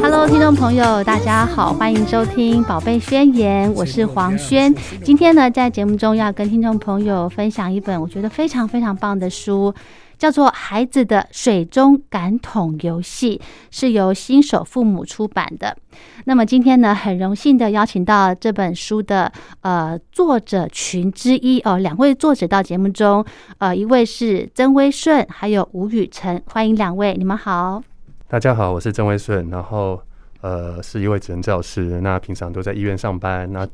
Hello，听众朋友，大家好，欢迎收听《宝贝宣言》，我是黄轩。今天呢，在节目中要跟听众朋友分享一本我觉得非常非常棒的书，叫做《孩子的水中感统游戏》，是由新手父母出版的。那么今天呢，很荣幸的邀请到这本书的呃作者群之一哦，两位作者到节目中，呃，一位是曾威顺，还有吴雨辰，欢迎两位，你们好。大家好，我是郑威顺，然后呃是一位职能教师，那平常都在医院上班，那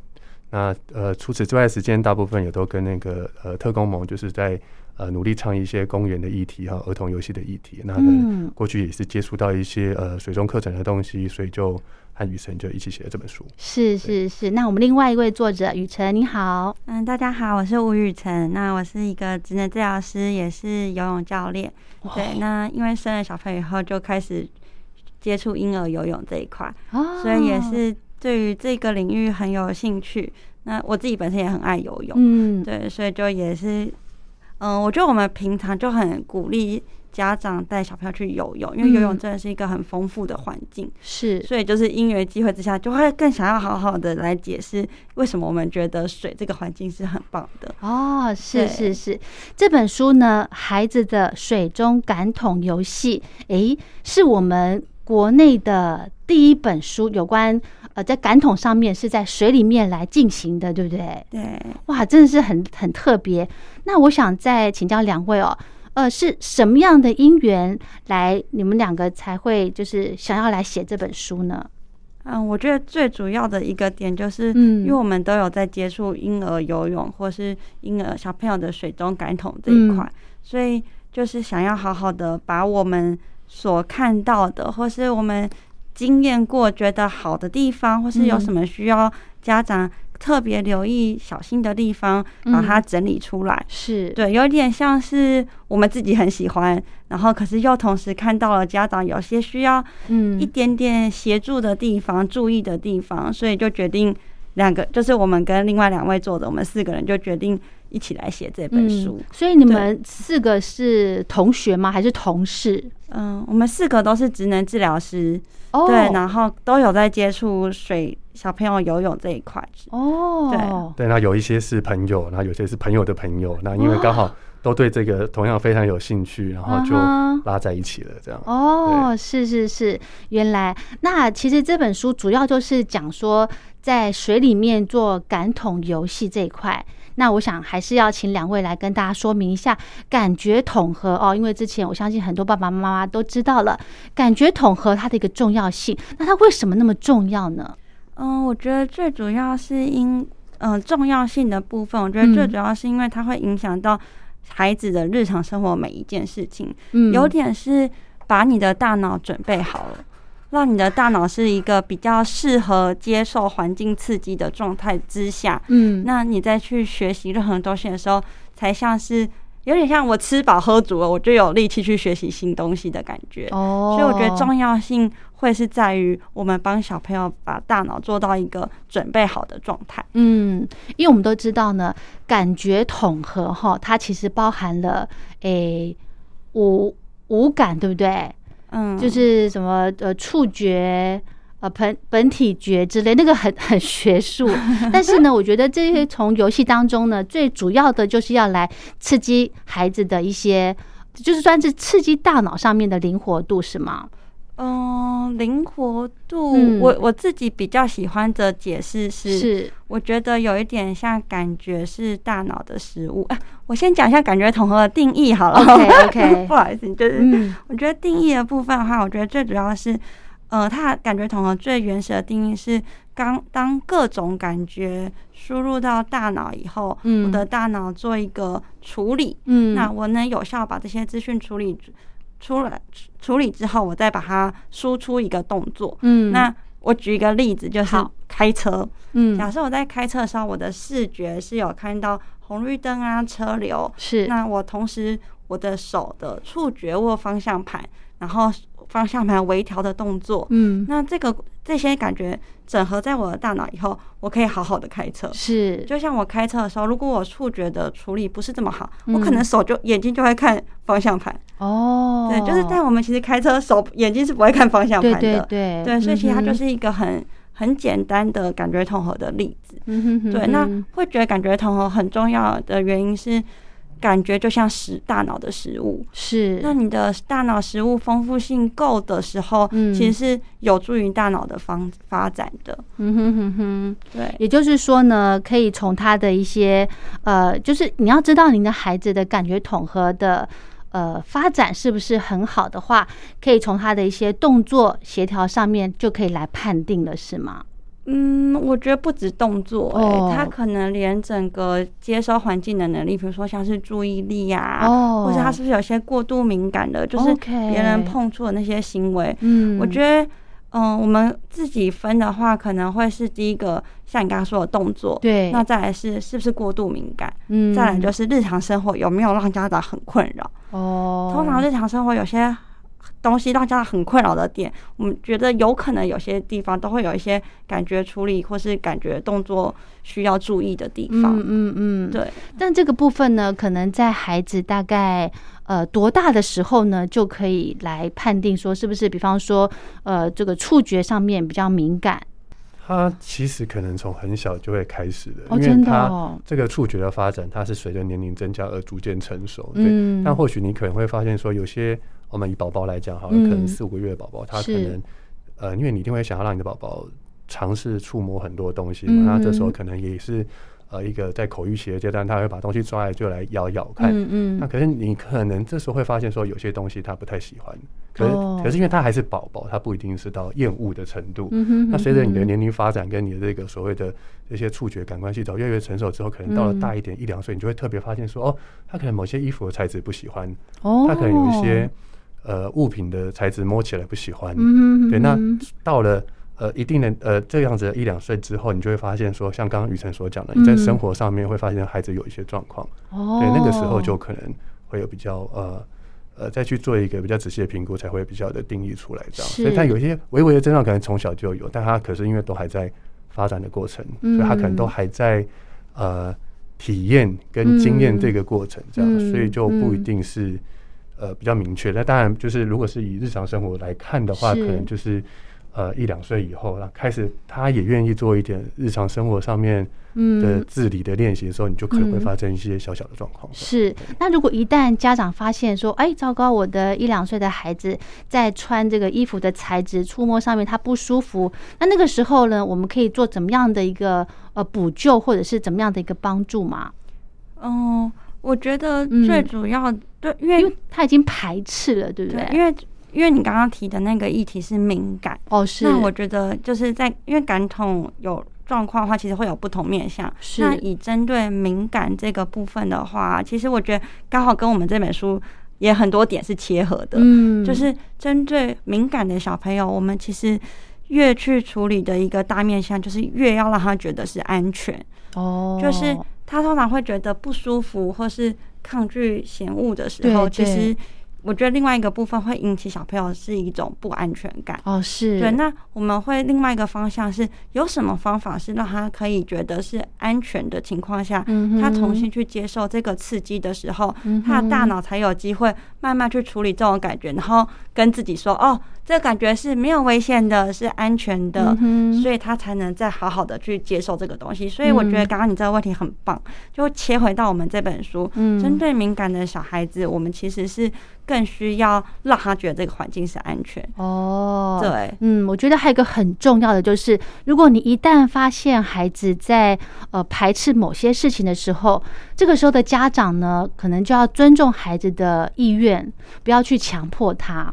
那呃除此之外的时间，大部分也都跟那个呃特工盟就是在呃努力倡议一些公园的议题和儿童游戏的议题。那嗯过去也是接触到一些呃水中课程的东西，所以就和雨神就一起写了这本书。是是是，那我们另外一位作者雨辰，你好，嗯，大家好，我是吴雨辰。那我是一个职能治疗师，也是游泳教练。哦对，那因为生了小朋友以后，就开始接触婴儿游泳这一块，哦所以也是对于这个领域很有兴趣。那我自己本身也很爱游泳，嗯，对，所以就也是，嗯，我觉得我们平常就很鼓励家长带小朋友去游泳，因为游泳嗯真的是一个很丰富的环境。是所以就是因缘机会之下，就会更想要好好的来解释为什么我们觉得水这个环境是很棒的。哦，是对是是，这本书呢，《孩子的水中感统游戏》，诶，是我们国内的第一本书，有关呃在感统上面是在水里面来进行的，对不对？对，哇，真的是很很特别。那我想再请教两位哦，呃，是什么样的因缘来你们两个才会就是想要来写这本书呢？嗯，我觉得最主要的一个点就是，嗯因为我们都有在接触婴儿游泳或是婴儿小朋友的水中感统这嗯一块，所以就是想要好好的把我们所看到的，或是我们经验过觉得好的地方，或是有嗯什么需要家长特别留意、小心的地方，把嗯它整理出来。是，对，有点像是我们自己很喜欢，然后可是又同时看到了家长有些需要嗯一点点协助的地方、注意的地方，所以就决定两个，就是我们跟另外两位做的，我们四个人就决定一起来写这本书嗯。。所以你们四个是同学吗？还是同事？嗯、我们四个都是职能治疗师，哦，对，然后都有在接触水小朋友游泳这一块。哦，对，那有一些是朋友，然后有些是朋友的朋友，那因为刚好都对这个同样非常有兴趣，然后就啊哈拉在一起了，这样。哦，是是是，原来那其实这本书主要就是讲说在水里面做感统游戏这一块。那我想还是要请两位来跟大家说明一下感觉统合哦，因为之前我相信很多爸爸妈妈都知道了感觉统合它的一个重要性，那它为什么那么重要呢？嗯，我觉得最主要是因嗯、重要性的部分，我觉得最嗯主要是因为它会影响到孩子的日常生活每一件事情，嗯，有点是把你的大脑准备好了。让你的大脑是一个比较适合接受环境刺激的状态之下，嗯，那你再去学习任何东西的时候，才像是有点像我吃饱喝足了，我就有力气去学习新东西的感觉。哦，所以我觉得重要性会是在于我们帮小朋友把大脑做到一个准备好的状态。嗯，因为我们都知道呢，感觉统合哈，它其实包含了诶、五五感，对不对？嗯，就是什么呃触觉。呃，本本体觉之类，那个很 很学术，但是呢，我觉得这些从游戏当中呢，最主要的就是要来刺激孩子的一些，就是算是刺激大脑上面的灵活度，是吗？嗯，灵活度，嗯我我自己比较喜欢的解释是，是，我觉得有一点像感觉是大脑的食物。啊、我先讲一下感觉统合的定义好了。 OK，OK 不好意思，就是、嗯我觉得定义的部分的话，我觉得最主要是，呃，它感觉统合最原始的定义是，刚当各种感觉输入到大脑以后，嗯我的大脑做一个处理，嗯，那我能有效把这些资讯处理出来，处理之后，我再把它输出一个动作。嗯，那我举一个例子，就是好开车。假嗯设我在开车的时候，我的视觉是有看到红绿灯啊、车流，是，那我同时我的手的触觉握方向盘，然后方向盘微调的动作，嗯那这个这些感觉整合在我的大脑以后，我可以好好的开车。是，就像我开车的时候，如果我触觉的处理不是这么好，嗯我可能手就眼睛就会看方向盘。哦，对，就是但我们其实开车手眼睛是不会看方向盘对的。对对对所以其实它嗯哼就是一个很很简单的感觉统合的例子。嗯哼哼对，哼那会觉得感觉统合很重要的原因是，感觉就像食大脑的食物。是，那你的大脑食物丰富性够的时候，嗯其实是有助于大脑的方发展的。嗯哼哼哼。对，也就是说呢，可以从他的一些呃，就是你要知道您的孩子的感觉统合的呃发展是不是很好的话，可以从他的一些动作协调上面就可以来判定了，是吗？嗯，我觉得不止动作、欸，哦他可能连整个接收环境的能力，比如说像是注意力呀、哦啊或者他是不是有些过度敏感的，就是 OK 别人碰触的那些行为。嗯我觉得，嗯，我们自己分的话，可能会是第一个，像你刚刚说的动作，对那再来是是不是过度敏感，嗯再来就是日常生活有没有让家长很困扰。哦，通常日常生活有些东西让家长很困扰的点，我们觉得有可能有些地方都会有一些感觉处理或是感觉动作需要注意的地方。嗯嗯嗯，对，但这个部分呢，可能在孩子大概呃多大的时候呢，就可以来判定说是不是，比方说呃这个触觉上面比较敏感它其实可能从很小就会开始的，哦因真为的它哦这个触觉的发展，它是随着年龄增加而逐渐成熟。对，嗯但或许你可能会发现说，有些我们以宝宝来讲，好了，嗯可能四五个月的宝宝，他可是能呃，因为你一定会想要让你的宝宝尝试触摸很多东西嗯嘛，那这时候可能也是呃一个在口欲期的阶段，他会把东西抓来就来咬咬看。嗯那嗯，可是你可能这时候会发现说，有些东西他不太喜欢，可是、哦可是因为他还是宝宝，他不一定是到厌恶的程度。嗯哼那随着你的嗯哼年龄发展跟你的这个所谓的这些触觉感官系统越来越成熟之后，可能嗯到了大一点一两岁，你就会特别发现说，哦，他可能某些衣服的材质不喜欢，哦，他可能有一些呃物品的材质摸起来不喜欢。嗯哼对，那嗯到了。呃，一定的呃，这样子一两岁之后，你就会发现说，像刚刚雨辰所讲的，你在嗯生活上面会发现孩子有一些状况。哦，对，那个时候就可能会有比较呃呃，再去做一个比较仔细的评估，才会比较的定义出来这样。所以是它有一些微微的症状，可能从小就有，但它可是因为都还在发展的过程，所以它可能都嗯还在呃体验跟经验这嗯个过程这样，所以嗯就不一嗯定是。呃，比较明确。那当然，就是如果是以日常生活来看的话，可是能就是呃一两岁以后，那开始他也愿意做一点日常生活上面的嗯。自理的练习的时候，你就可能会嗯发生一些小小的状况。是，那如果一旦家长发现说，哎，糟糕，我的一两岁的孩子在穿这个衣服的材质、触摸上面他不舒服，那那个时候呢，我们可以做怎么样的一个呃补救，或者是怎么样的一个帮助嘛？嗯，我觉得嗯最主要、对，因因为为他已经排斥了，对不对对？，因为因为你刚刚提的那个议题是敏感，哦，是，那我觉得就是在因为感统有状况的话，其实会有不同面向。是那以针对敏感这个部分的话，其实我觉得刚好跟我们这本书也很多点是切合的。嗯，就是针对敏感的小朋友，我们其实越去处理的一个大面向，就是越要让他觉得是安全。哦，就是他通常会觉得不舒服或是抗拒嫌恶的时候，对对其实我觉得另外一个部分会引起小朋友是一种不安全感。哦，是对，那我们会另外一个方向是有什么方法是让他可以觉得是安全的情况下，嗯哼他重新去接受这个刺激的时候，嗯哼他的大脑才有机会慢慢去处理这种感觉，然后跟自己说，哦，这个感觉是没有危险的，是安全的，嗯哼所以他才能再好好的去接受这个东西。所以我觉得嗯刚刚你这个问题很棒，就切回到我们这本书，嗯针对敏感的小孩子，我们其实是更需要让他觉得这个环境是安全。哦，对，嗯，我觉得还有一个很重要的就是，如果你一旦发现孩子在呃排斥某些事情的时候，这个时候的家长呢，可能就要尊重孩子的意愿，不要去强迫他。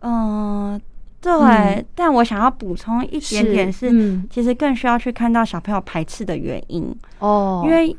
嗯，对。嗯但我想要补充一点点是是，嗯其实更需要去看到小朋友排斥的原因，哦，嗯因为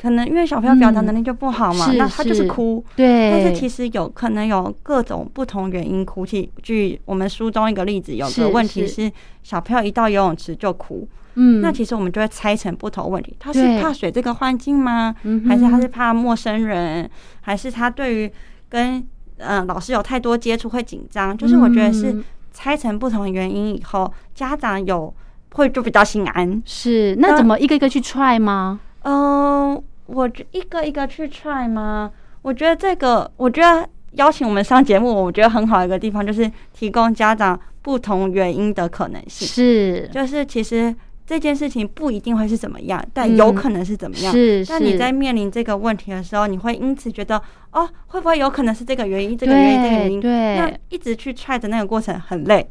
可能因为小朋友表达能力就不好嘛，是那他就是是哭。对，但是其实有可能有各种不同原因哭泣。据我们书中一个例子，有是个问题是是小朋友一到游泳池就哭，嗯，那其实我们就会拆成不同问题，他对是怕水这个环境吗？嗯哼还是他是怕陌生人？还是他对于跟呃老师有太多接触会紧张？就是我觉得是嗯拆成不同原因以后，家长有会就比较心安。是那那怎么一个一个去 try 吗？嗯、我觉一个一个去 try 吗？我觉得这个，我觉得邀请我们上节目，我觉得很好一个地方就是提供家长不同原因的可能性。是就是其实这件事情不一定会是怎么样，但有可能是怎么样。嗯是但你是在面临这个问题的时候，你会因此觉得，哦，会不会有可能是这个原因，这个对原因，这个原因？对那一直去 try 的那个过程很累，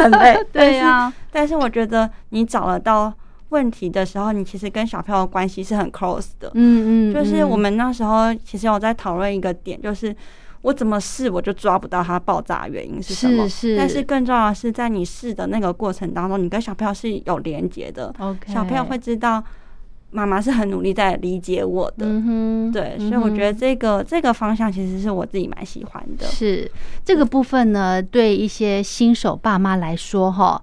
很 累。对啊但是，但是我觉得你找得到问题的时候，你其实跟小朋友的关系是很 close 的。嗯嗯， 就是我嗯们那时候其实有在讨论一个点，就是我怎么试我就抓不到它爆炸的原因是什么。是是但是更重要的是，在你试的那个过程当中，你跟小朋友是有连接的。 OK 小朋友会知道妈妈是很努力在理解我的。嗯哼，对，所嗯以我哼觉得这个、这个方向其实是我自己蛮喜欢的。是这个部分呢，对一些新手爸妈来说，哈，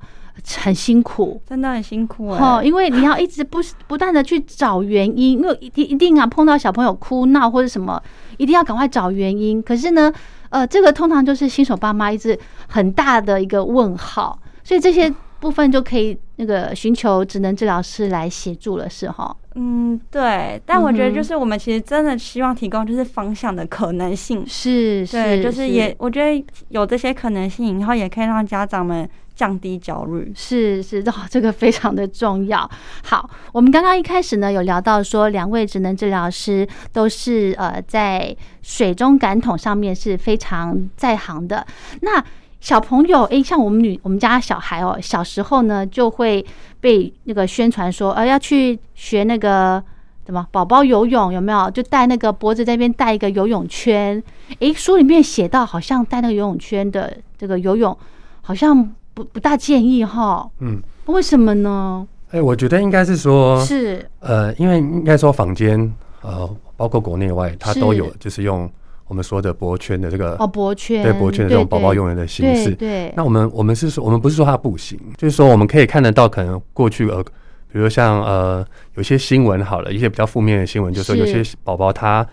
很辛苦。真的很辛苦哎、哦，因为你要一直不不断的去找原因，因为一定一定啊，碰到小朋友哭闹或者什么，一定要赶快找原因。可是呢，呃，这个通常就是新手爸妈一直很大的一个问号，所以这些部分就可以那个寻求职能治疗师来协助了，是哈。嗯，对。但我嗯觉哼得就是我们其实真的希望提供就是方向的可能性。是，对，就是也，我觉得有这些可能性，然后也可以让家长们降低焦虑。是是， 哦，这个非常的重要。好，我们刚刚一开始呢有聊到说，两位职能治疗师都是呃在水中感统上面是非常在行的。那小朋友，诶，像我们女我们家小孩哦，小时候呢就会被那个宣传说，呃，要去学那个。怎么？宝宝游泳有没有？就带那个脖子这边带一个游泳圈。诶，书里面写到，好像带那个游泳圈的这个游泳，好像不不大建议哈。嗯，为什么呢？哎、我觉得应该是说，是呃，因为应该说坊间呃，包括国内外，它是都有就是用我们说的脖圈的这个哦，脖圈对脖圈的这种宝宝用人的形式。对对，那我们我们是说，我们不是说它不行，就是说我们可以看得到，可能过去呃，比如说像呃，有些新闻好了，一些比较负面的新闻，就是说有是些宝宝他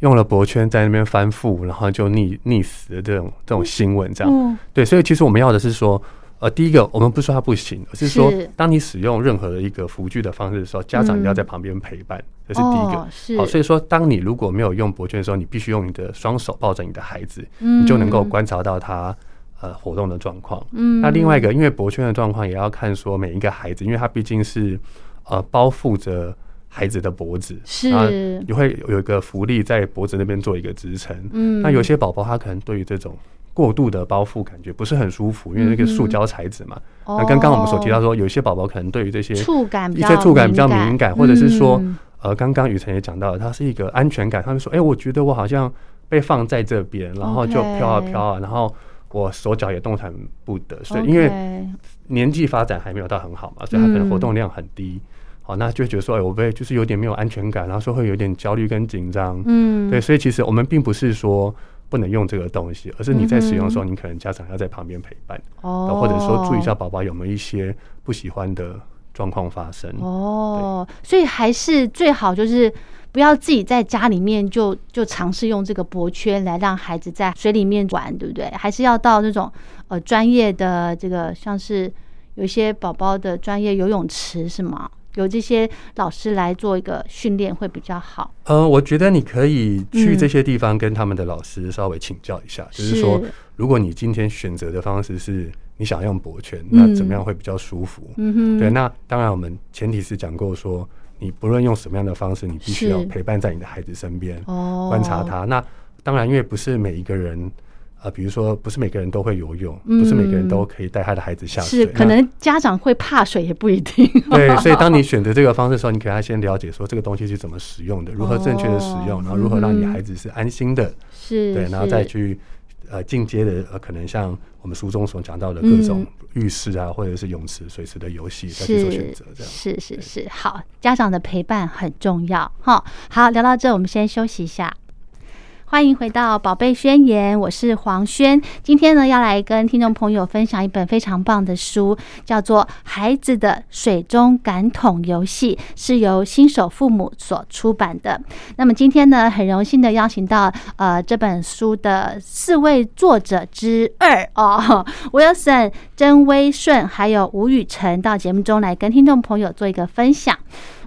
用了脖圈在那边翻覆，然后就溺溺死的这种这种新闻，这样、嗯对。所以其实我们要的是说。呃，第一个，我们不是说它不行，而是说是，嗯当你使用任何的一个辅具的方式的时候，家长一定要在旁边陪伴，这是第一个哦。是好，所以说，当你如果没有用脖圈的时候，你必须用你的双手抱着你的孩子，嗯你就能够观察到他呃活动的状况。嗯那另外一个，因为脖圈的状况也要看说每一个孩子，因为他毕竟是呃包覆着孩子的脖子，是然后你会有一个浮力在脖子那边做一个支撑。嗯那有些宝宝他可能对于这种。过度的包覆感觉不是很舒服，因为那个塑胶材质嘛。嗯哦那刚刚我们所提到说，有些宝宝可能对于这些触感比一较些触感比较敏感敏感，或者是说嗯，呃，刚刚雨辰也讲到了，它是一个安全感。他们说，哎，我觉得我好像被放在这边，然后就 OK 飘啊飘啊，然后我手脚也动弹不得，所以因为 OK 年纪发展还没有到很好嘛，所以他可能活嗯动量很低。好，那就会觉得说，哎，我被就是有点没有安全感，然后说会有点焦虑跟紧张。嗯对，所以其实我们并不是说不能用这个东西，而是你在使用的时候，你可能家长要在旁边陪伴，哦，呃或者说注意一下宝宝有没有一些不喜欢的状况发生。哦哦，所以还是最好就是。不要自己在家里面就就尝试用这个脖圈来让孩子在水里面玩，对不对？还是要到那种呃专业的这个像是有一些宝宝的专业游泳池是吗？有这些老师来做一个训练会比较好。呃，我觉得你可以去嗯这些地方跟他们的老师稍微请教一下，就是说是，如果你今天选择的方式是你想要用脖圈，嗯那怎么样会比较舒服？嗯哼，对，那当然我们前提是讲过说，你不论用什么样的方式，你必须要是陪伴在你的孩子身边，哦，观察他。那当然，因为不是每一个人。呃，比如说，不是每个人都会游泳，嗯不是每个人都可以带他的孩子下水。是可那能家长会怕水也不一定。对，所以当你选择这个方式的时候，你给他先了解说这个东西是怎么使 用的，如何正确的使用，哦然后如何让你嗯孩子是安心的， 是，对，然后是再去呃进阶的呃，可能像我们书中所讲到的嗯各种浴室啊，或者是泳池、水池的游戏，再去做选择这样。是是是，好，家长的陪伴很重要哈。好，聊到这，我们先休息一下。欢迎回到《宝贝宣言》，我是黄轩。今天呢，要来跟听众朋友分享一本非常棒的书，叫做《孩子的水中感统游戏》，是由新手父母所出版的。那么今天呢，很荣幸的邀请到呃这本书的四位作者之二哦，Wilson、曾威顺还有吴雨辰到节目中来跟听众朋友做一个分享。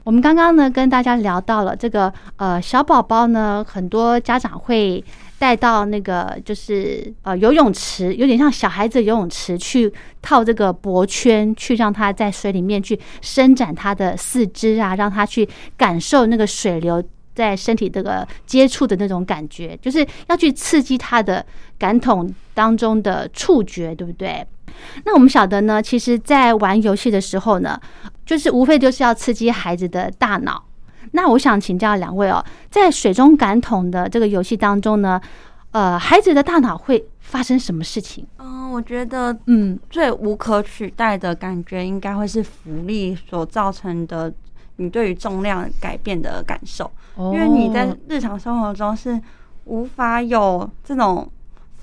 我们刚刚呢跟大家聊到了这个呃小宝宝呢，很多家长会带到那个就是呃游泳池，有点像小孩子游泳池去套这个脖圈，去让他在水里面去伸展他的四肢啊，让他去感受那个水流。在身体这个接触的那种感觉，就是要去刺激他的感统当中的触觉，对不对？那我们晓得呢，其实，在玩游戏的时候呢，就是无非就是要刺激孩子的大脑。那我想请教两位哦，在水中感统的这个游戏当中呢，呃，孩子的大脑会发生什么事情？嗯，我觉得嗯，最无可取代的感觉，应该会是浮力所造成的你对于重量改变的感受，因为你在日常生活中是无法有这种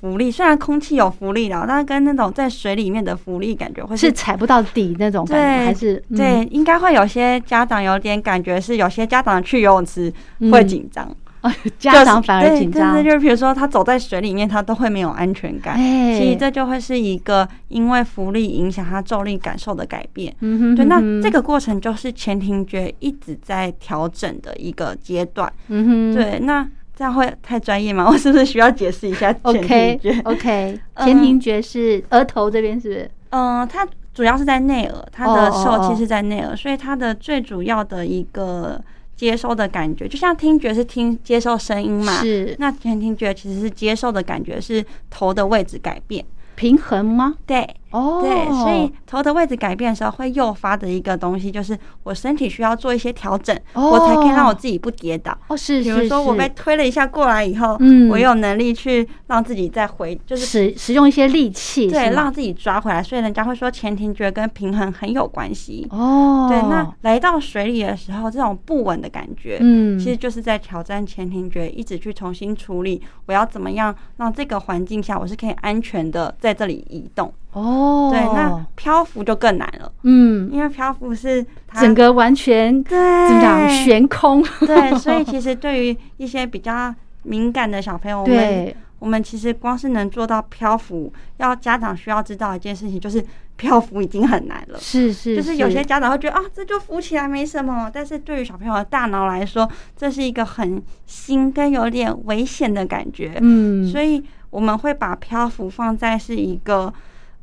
浮力。虽然空气有浮力啦，但跟那种在水里面的浮力感觉会是踩不到底那种感觉，对还是、嗯对，应该会有些家长有点感觉是，有些家长去游泳池会紧张， 家长反而紧张就是对对对就是比如说他走在水里面，他都会没有安全感。哎其实这就会是一个因为浮力影响他重力感受的改变。嗯哼对，嗯那哼这个过程就是前庭觉一直在调整的一个阶段。嗯哼对，那这样会太专业吗？我 是不是需要解释一下前庭觉 OK 哦 OK 嗯前庭觉是额头这边是不是？嗯、它主要是在内耳，它的哦哦受哦气是在内耳，所以它的最主要的一个接收的感觉，就像听觉是听接受声音嘛，是那前庭觉其实是接受的感觉是头的位置改变，平衡吗？对。哦，对，所以头的位置改变的时候，会诱发的一个东西就是我身体需要做一些调整，哦我才可以让我自己不跌倒。哦是，比如是说我是被推了一下过来以后，嗯我有能力去让自己再回，就是使使用一些力气，是对吗让自己抓回来。所以人家会说前庭觉跟平衡很有关系。哦，对，那来到水里的时候，这种不稳的感觉，嗯其实就是在挑战前庭觉，一直去重新处理，我要怎么样让这个环境下我是可以安全的在这里移动。哦，对，那漂浮就更难了，嗯，因为漂浮是它整个完全对怎么讲悬空，对，所 以其实对于一些比较敏感的小朋友，我们对我们其实光是能做到漂浮，要家长需要知道一件事情，就是漂浮已经很难了。是是，就是有些家长会觉得啊，这就浮起来没什么，但是对于小朋友的大脑来说，这是一个很新跟有点危险的感觉。嗯，所以我们会把漂浮放在是一个，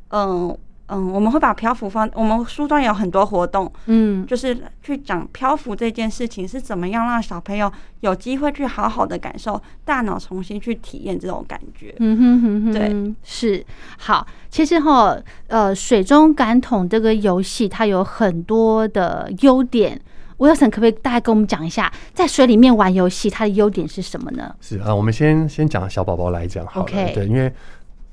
嗯嗯，我们会把漂浮放，我们书中有很多活动，嗯就是去讲漂浮这件事情是怎么样让小朋友有机会去好好的感受大脑重新去体验这种感觉。嗯哼哼哼，对，是好。其实哈，呃，水中感统这个游戏它有很多的优点。Wilson 可不可以大概跟我们讲一下，在水里面玩游戏它的优点是什么呢？是啊、呃我们先先讲小宝宝来讲好了 OK 对，因为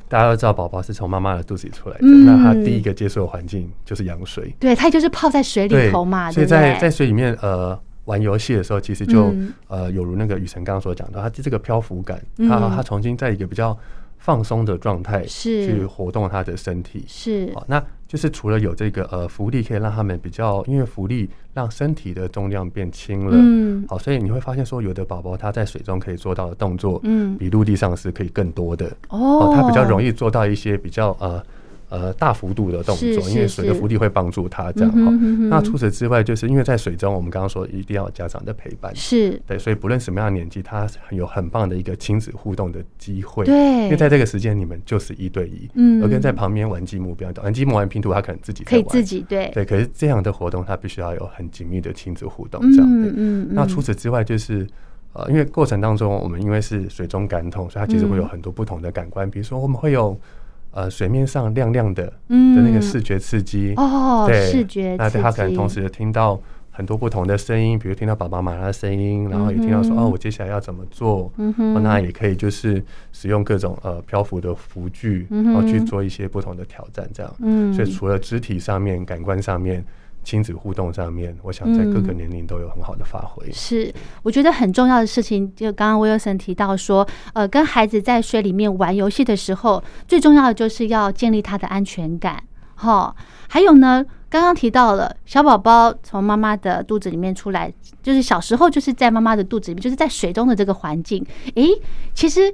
大家都知道宝宝是从妈妈的肚子里出来的，嗯那他第一个接触的环境就是羊水，对，它就是泡在水里对头嘛，所对以不在在对？水里面呃玩游戏的时候，其实就、嗯呃有如那个雨辰刚刚所讲的，他这个漂浮感，嗯他他重新在一个比较放松的状态是去活动他的身体。是好，那就是除了有这个呃浮力可以让他们比较，因为浮力让身体的重量变轻了，嗯好，所以你会发现说，有的宝宝他在水中可以做到的动作，嗯比陆地上是可以更多的，哦，他比较容易易做到一些比较呃呃大幅度的动作，是因是为水的是浮力会帮助他这样哦嗯哈、哼嗯哼那除此之外，就是因为在水中，我们刚刚说一定要有家长的陪伴，是对，所以不论什么样的年纪，他有很棒的一个亲子互动的机会。对因为在这个时间你们就是一对一，嗯而跟在旁边玩积木不一样，玩积木玩拼图，他可能自己在可以玩自己对对，可是这样的活动，它必须要有很紧密的亲子互动，嗯这样对。嗯那嗯除此之外，就是呃，因为过程当中，我们因为是水中感统，所以它其实嗯会有很多不同的感官，比如说我们会有呃水面上亮亮的的那个嗯视觉刺激，哦对，视觉那对刺他可能同激时听到很多不同的声音，比如听到爸爸妈妈的声音，然后也听到说、嗯哼哦，我接下来要怎么做，嗯哼哦那也可以就是使用各种呃漂浮的浮具，嗯然后哼去做一些不同的挑战，这样。嗯所以除了肢体上面、感官上面、亲子互动上面，我想在各个年龄都有很好的发挥。是，我觉得很重要的事情，就刚刚 Wilson 提到说，呃，跟孩子在水里面玩游戏的时候，最重要的就是要建立他的安全感。哈、还有呢，刚刚提到了小宝宝从妈妈的肚子里面出来，就是小时候就是在妈妈的肚子里面，就是在水中的这个环境。诶，其实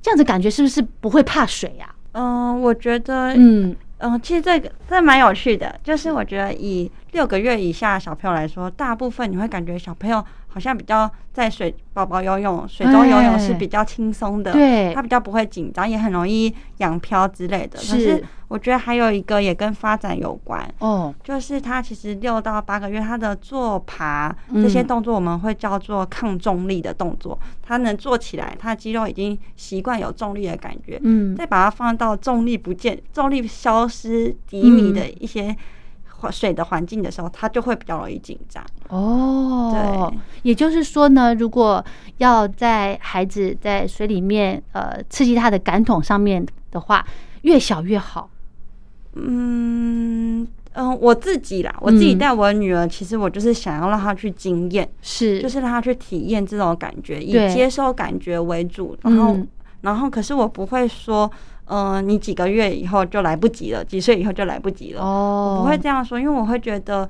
这样子感觉是不是不会怕水啊呀、嗯，我觉得，嗯、嗯，其实这个这蛮有趣的，就是我觉得以六个月以下小朋友来说，大部分你会感觉小朋友好像比较在水宝宝游泳、水中游泳是哎比较轻松的，对他比较不会紧张，也很容易仰漂之类的。可是是我觉得还有一个也跟发展有关，哦，就是他其实六到八个月，他的坐爬嗯这些动作，我们会叫做抗重力的动作。他能做起来，他肌肉已经习惯有重力的感觉。嗯再把它放到重力不见、重力消失、低嗯迷的一些环水的环境的时候，他就会比较容易紧张。哦，也就是说呢，如果要在孩子在水里面呃刺激他的感统上面的话，越小越好。嗯嗯，我自己啦，我自己嗯带我女儿，其实我就是想要让她去经验，是，就是让她去体验这种感觉，以对接受感觉为主，然后嗯然后可是我不会说，嗯、你几个月以后就来不及了，几岁以后就来不及了，哦，呃我不会这样说，因为我会觉得，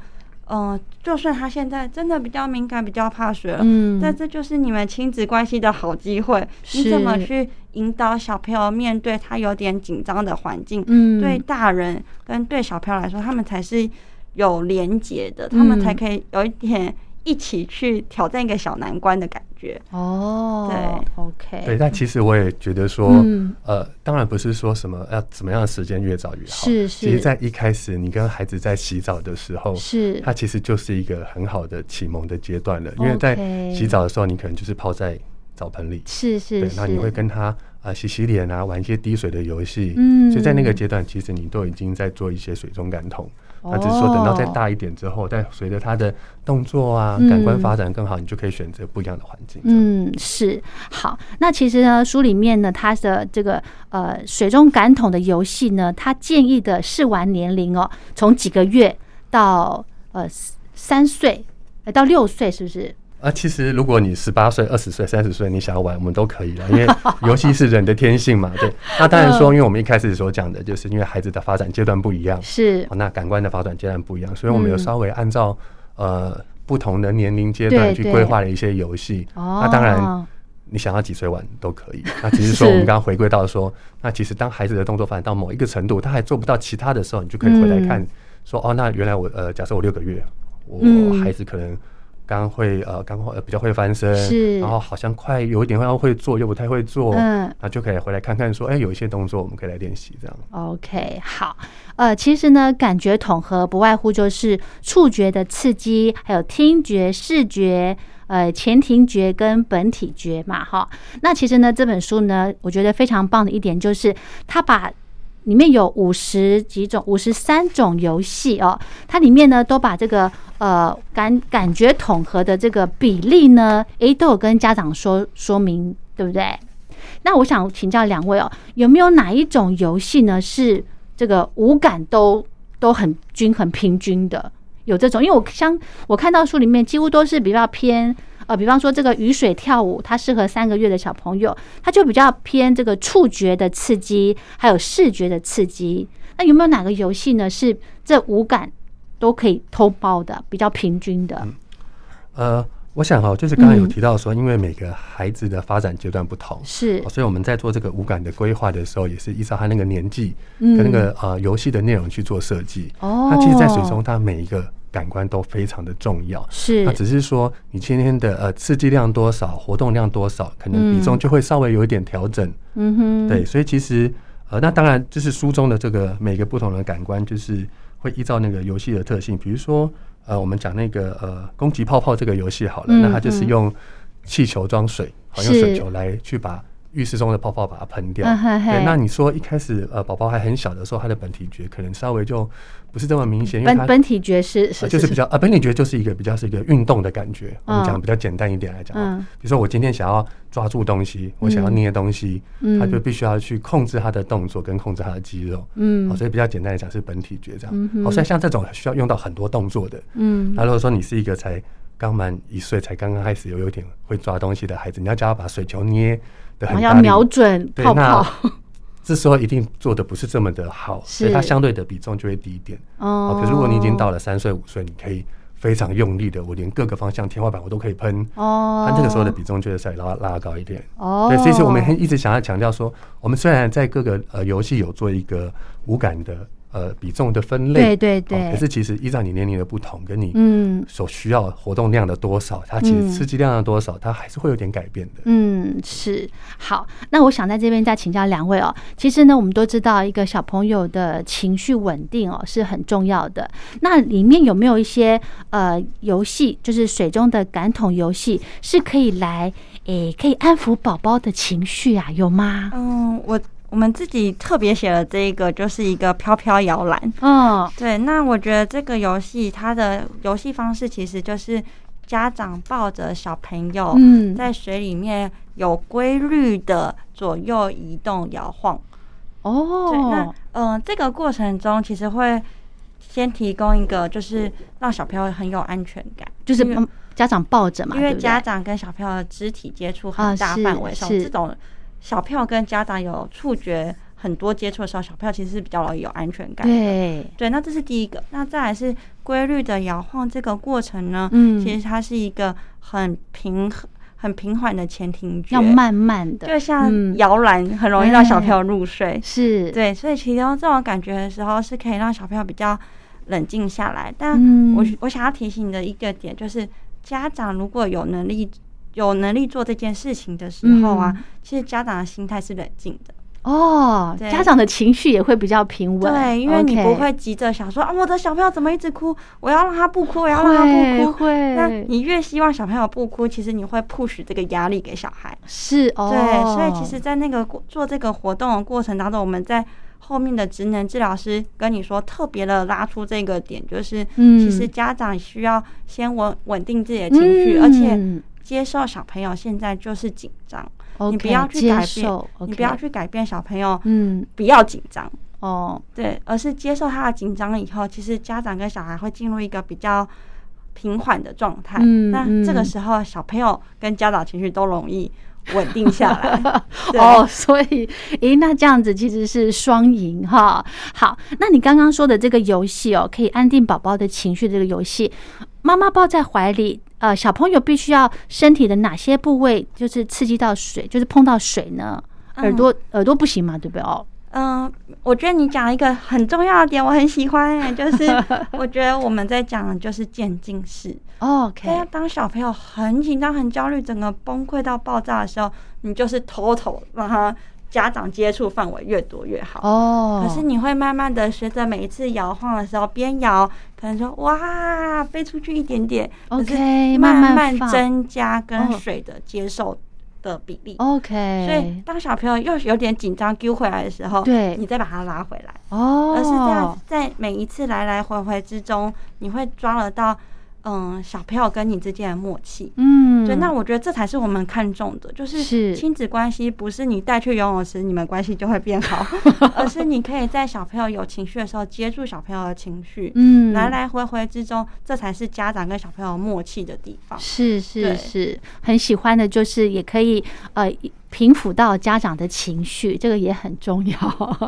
嗯、就算他现在真的比较敏感，比较怕水了，嗯但这就是你们亲子关系的好机会，是你怎么去引导小朋友面对他有点紧张的环境？嗯对大人跟对小朋友来说，他们才是有连结的，他们才可以有一点一起去挑战一个小难关的感觉。哦，对，OK，对，但其实我也觉得说，嗯呃，当然不是说什么要怎么样的时间越早越好。是其是实，在一开始你跟孩子在洗澡的时候，是它其实就是一个很好的启蒙的阶段了。因为在 OK 洗澡的时候，你可能就是泡在澡盆里，是是对，是，那你会跟他啊、呃洗洗脸啊，玩一些滴水的游戏。嗯所以在那个阶段，其实你都已经在做一些水中感统。那只是说哦等到再大一点之后，再随着他的动作啊、嗯感官发展更好，你就可以选择不一样的环境。这样，嗯，是好。那其实呢，书里面呢，它的这个呃水中感统的游戏呢，它建议的试玩年龄哦，从几个月到呃三岁，呃到六岁，是不是？啊，其实如果你十八岁、二十岁、三十岁，你想要玩，我们都可 以了，因为游戏是人的天性嘛。对，那当然说，嗯因为我们一开始所讲的，就是因为孩子的发展阶段不一样，是哦，那感官的发展阶段不一样，所以我们有嗯稍微按照、呃不同的年龄阶对段去对规划了一些游戏。哦那当然，你想要几岁玩都可以。那只是说我们是刚刚回归到说，那其实当孩子的动作发展到某一个程度，他还做不到其他的时候，你就可以回来看说，哦，那原来我呃，假设我六个月，我嗯孩子可能。刚会呃，刚会、呃、比较会翻身，是然后好像快有一点会会做，又不太会做，嗯那就可以回来看看说，哎，有一些动作我们可以来练习这样。 OK，好，呃，其实呢，感觉统合不外乎就是触觉的刺激，还有听觉、视觉、呃，前庭觉跟本体觉嘛，哈。那其实呢，这本书呢，我觉得非常棒的一点就是，它把里面有五十几种、五十三种游戏哦，它里面呢都把这个呃感感觉统合的这个比例呢，诶，都有跟家长说说明，对不对？那我想请教两位哦，有没有哪一种游戏呢是这个五感都都很均衡平均的？有这种，因为我相我看到书里面几乎都是比较偏呃，比方说这个雨水跳舞，它适合三个月的小朋友，它就比较偏这个触觉的刺激，还有视觉的刺激。那有没有哪个游戏呢？是这五感都可以偷包的，比较平均的？呃，我想哈，就是刚刚有嗯提到说，因为每个孩子的发展阶段不同，是哦，所以我们在做这个五感的规划的时候，也是依照他那个年纪跟那个、呃游戏的内容去做设计。嗯哦那其实，在水中，它每一个感官都非常的重要。是那只是说你今天的呃刺激量多少，活动量多少，可能比重就会稍微有一点调整。嗯哼，对，所以其实呃，那当然就是书中的这个每个不同的感官，就是会依照那个游戏的特性，比如说呃，我们讲那个呃攻击泡泡这个游戏好了，嗯那它就是用气球装水，好用是水球来去把。浴室中的泡泡把它喷掉。啊嘿嘿对，那你说一开始呃，宝宝还很小的时候，他的本体觉可能稍微就不是这么明显，因为本他本体觉是是呃就是比较啊，本体觉就是一个比较是一个运动的感觉。我们嗯讲比较简单一点来讲啊，嗯比如说我今天想要抓住东西，我想要捏东西，他就必须要去控制他的动作跟控制他的肌肉。嗯好，所以比较简单来讲是本体觉这样。好，所以像这种需要用到很多动作的，嗯那如果说你是一个才刚满一岁，才刚刚开始有有点会抓东西的孩子，你要叫他把水球捏的好很要大力，瞄准对泡哦那泡这时候一定做的不是这么的好，所以是它相对的比重就会低一点。哦哦，可是如果你已经到了三岁五岁，你可以非常用力的，我连各个方向天花板我都可以喷。哦，它这个时候的比重就会稍微拉拉高一点。哦，对，所以说我们很一直想要强调说，我们虽然在各个呃游戏有做一个五感的呃比重的分对类，对哦对可是其实依照你年龄的不同，跟你嗯所需要活动量的多少，它其实刺激量的多少，它还是会有点改变的。嗯，是好。那我想在这边再请教两位哦。其实呢，我们都知道一个小朋友的情绪稳定哦是很重要的。那里面有没有一些呃游戏，就是水中的感统游戏，是可以来诶可以安抚宝宝的情绪啊？有吗？嗯，我我们自己特别写了这一个，就是一个飘飘摇篮。嗯对，那我觉得这个游戏它的游戏方式其实就是家长抱着小朋友嗯，在水里面有规律的左右移动摇晃。对，那哦，嗯、呃这个过程中其实会先提供一个，就是让小朋友很有安全感，就是因为帮家长抱着嘛，因为对不对家长跟小朋友的肢体接触啊很大是范围上，是这种小朋友跟家长有触觉很多接触的时候，小朋友其实是比较容易有安全感的。对，对，那这是第一个。那再来是规律的摇晃这个过程呢，嗯其实它是一个很平衡、很平缓的前庭觉，要慢慢的，就嗯哎像摇篮，很容易让小朋友入睡。是，对，所以其中这种感觉的时候，是可以让小朋友比较冷静下来。但嗯我、我想要提醒的一个点就是，家长如果有能力。有能力做这件事情的时候啊，嗯其实家长的心态是冷静的，哦，对家长的情绪也会比较平稳，对，因为你 OK 不会急着想说啊，我的小朋友怎么一直哭，我要让他不哭，我要让他会不哭。那会你越希望小朋友不哭，其实你会 push 这个压力给小孩。是哦，对，所以其实，在那个过做这个活动的过程当中，我们在后面的职能治疗师跟你说，特别的拉出这个点，就是嗯其实家长需要先稳稳定自己的情绪，而且嗯接受小朋友现在就是紧张，你 OK，不要去接改变受，你 OK 不要去改变小朋友，嗯不要紧张。哦，对，而是接受他的紧张以后，其实家长跟小孩会进入一个比较平缓的状态。嗯那嗯这个时候，小朋友跟家长情绪都容易稳定下来。对哦，所以，诶，那这样子其实是双赢哈。好，那你刚刚说的这个游戏哦，可以安定宝宝的情绪，这个游戏，妈妈抱在怀里，呃，小朋友必须要身体的哪些部位就是刺激到水，就是碰到水呢？耳朵、耳朵不行嘛，对不对？哦， 嗯，我觉得你讲了一个很重要的点，我很喜欢、欸，就是 我觉得我们在讲的就是渐进式。哦，OK，但当小朋友很紧张、很焦虑，整个崩溃到爆炸的时候，你就是偷偷让他家长接触范围越多越好。哦，可是你会慢慢的随着每一次摇晃的时候，边摇可能说哇飞出去一点点 OK，可是慢慢慢放增加跟哦水的接受的比例。 OK，所以当小朋友又有点紧张丢回来的时候，对你再把它拉回来，哦，而是这样在每一次来来回回之中，你会抓得到嗯小朋友跟你之间的默契。嗯，对，那我觉得这才是我们看重的，就是是亲子关系不是你带去游泳池你们关系就会变 好，而是你可以在小朋友有情绪的时候接住小朋友的情绪，嗯来来回回之中，这才是家长跟小朋友默契的地方。是是对是，很喜欢的，就是也可以呃平抚到家长的情绪，这个也很重要。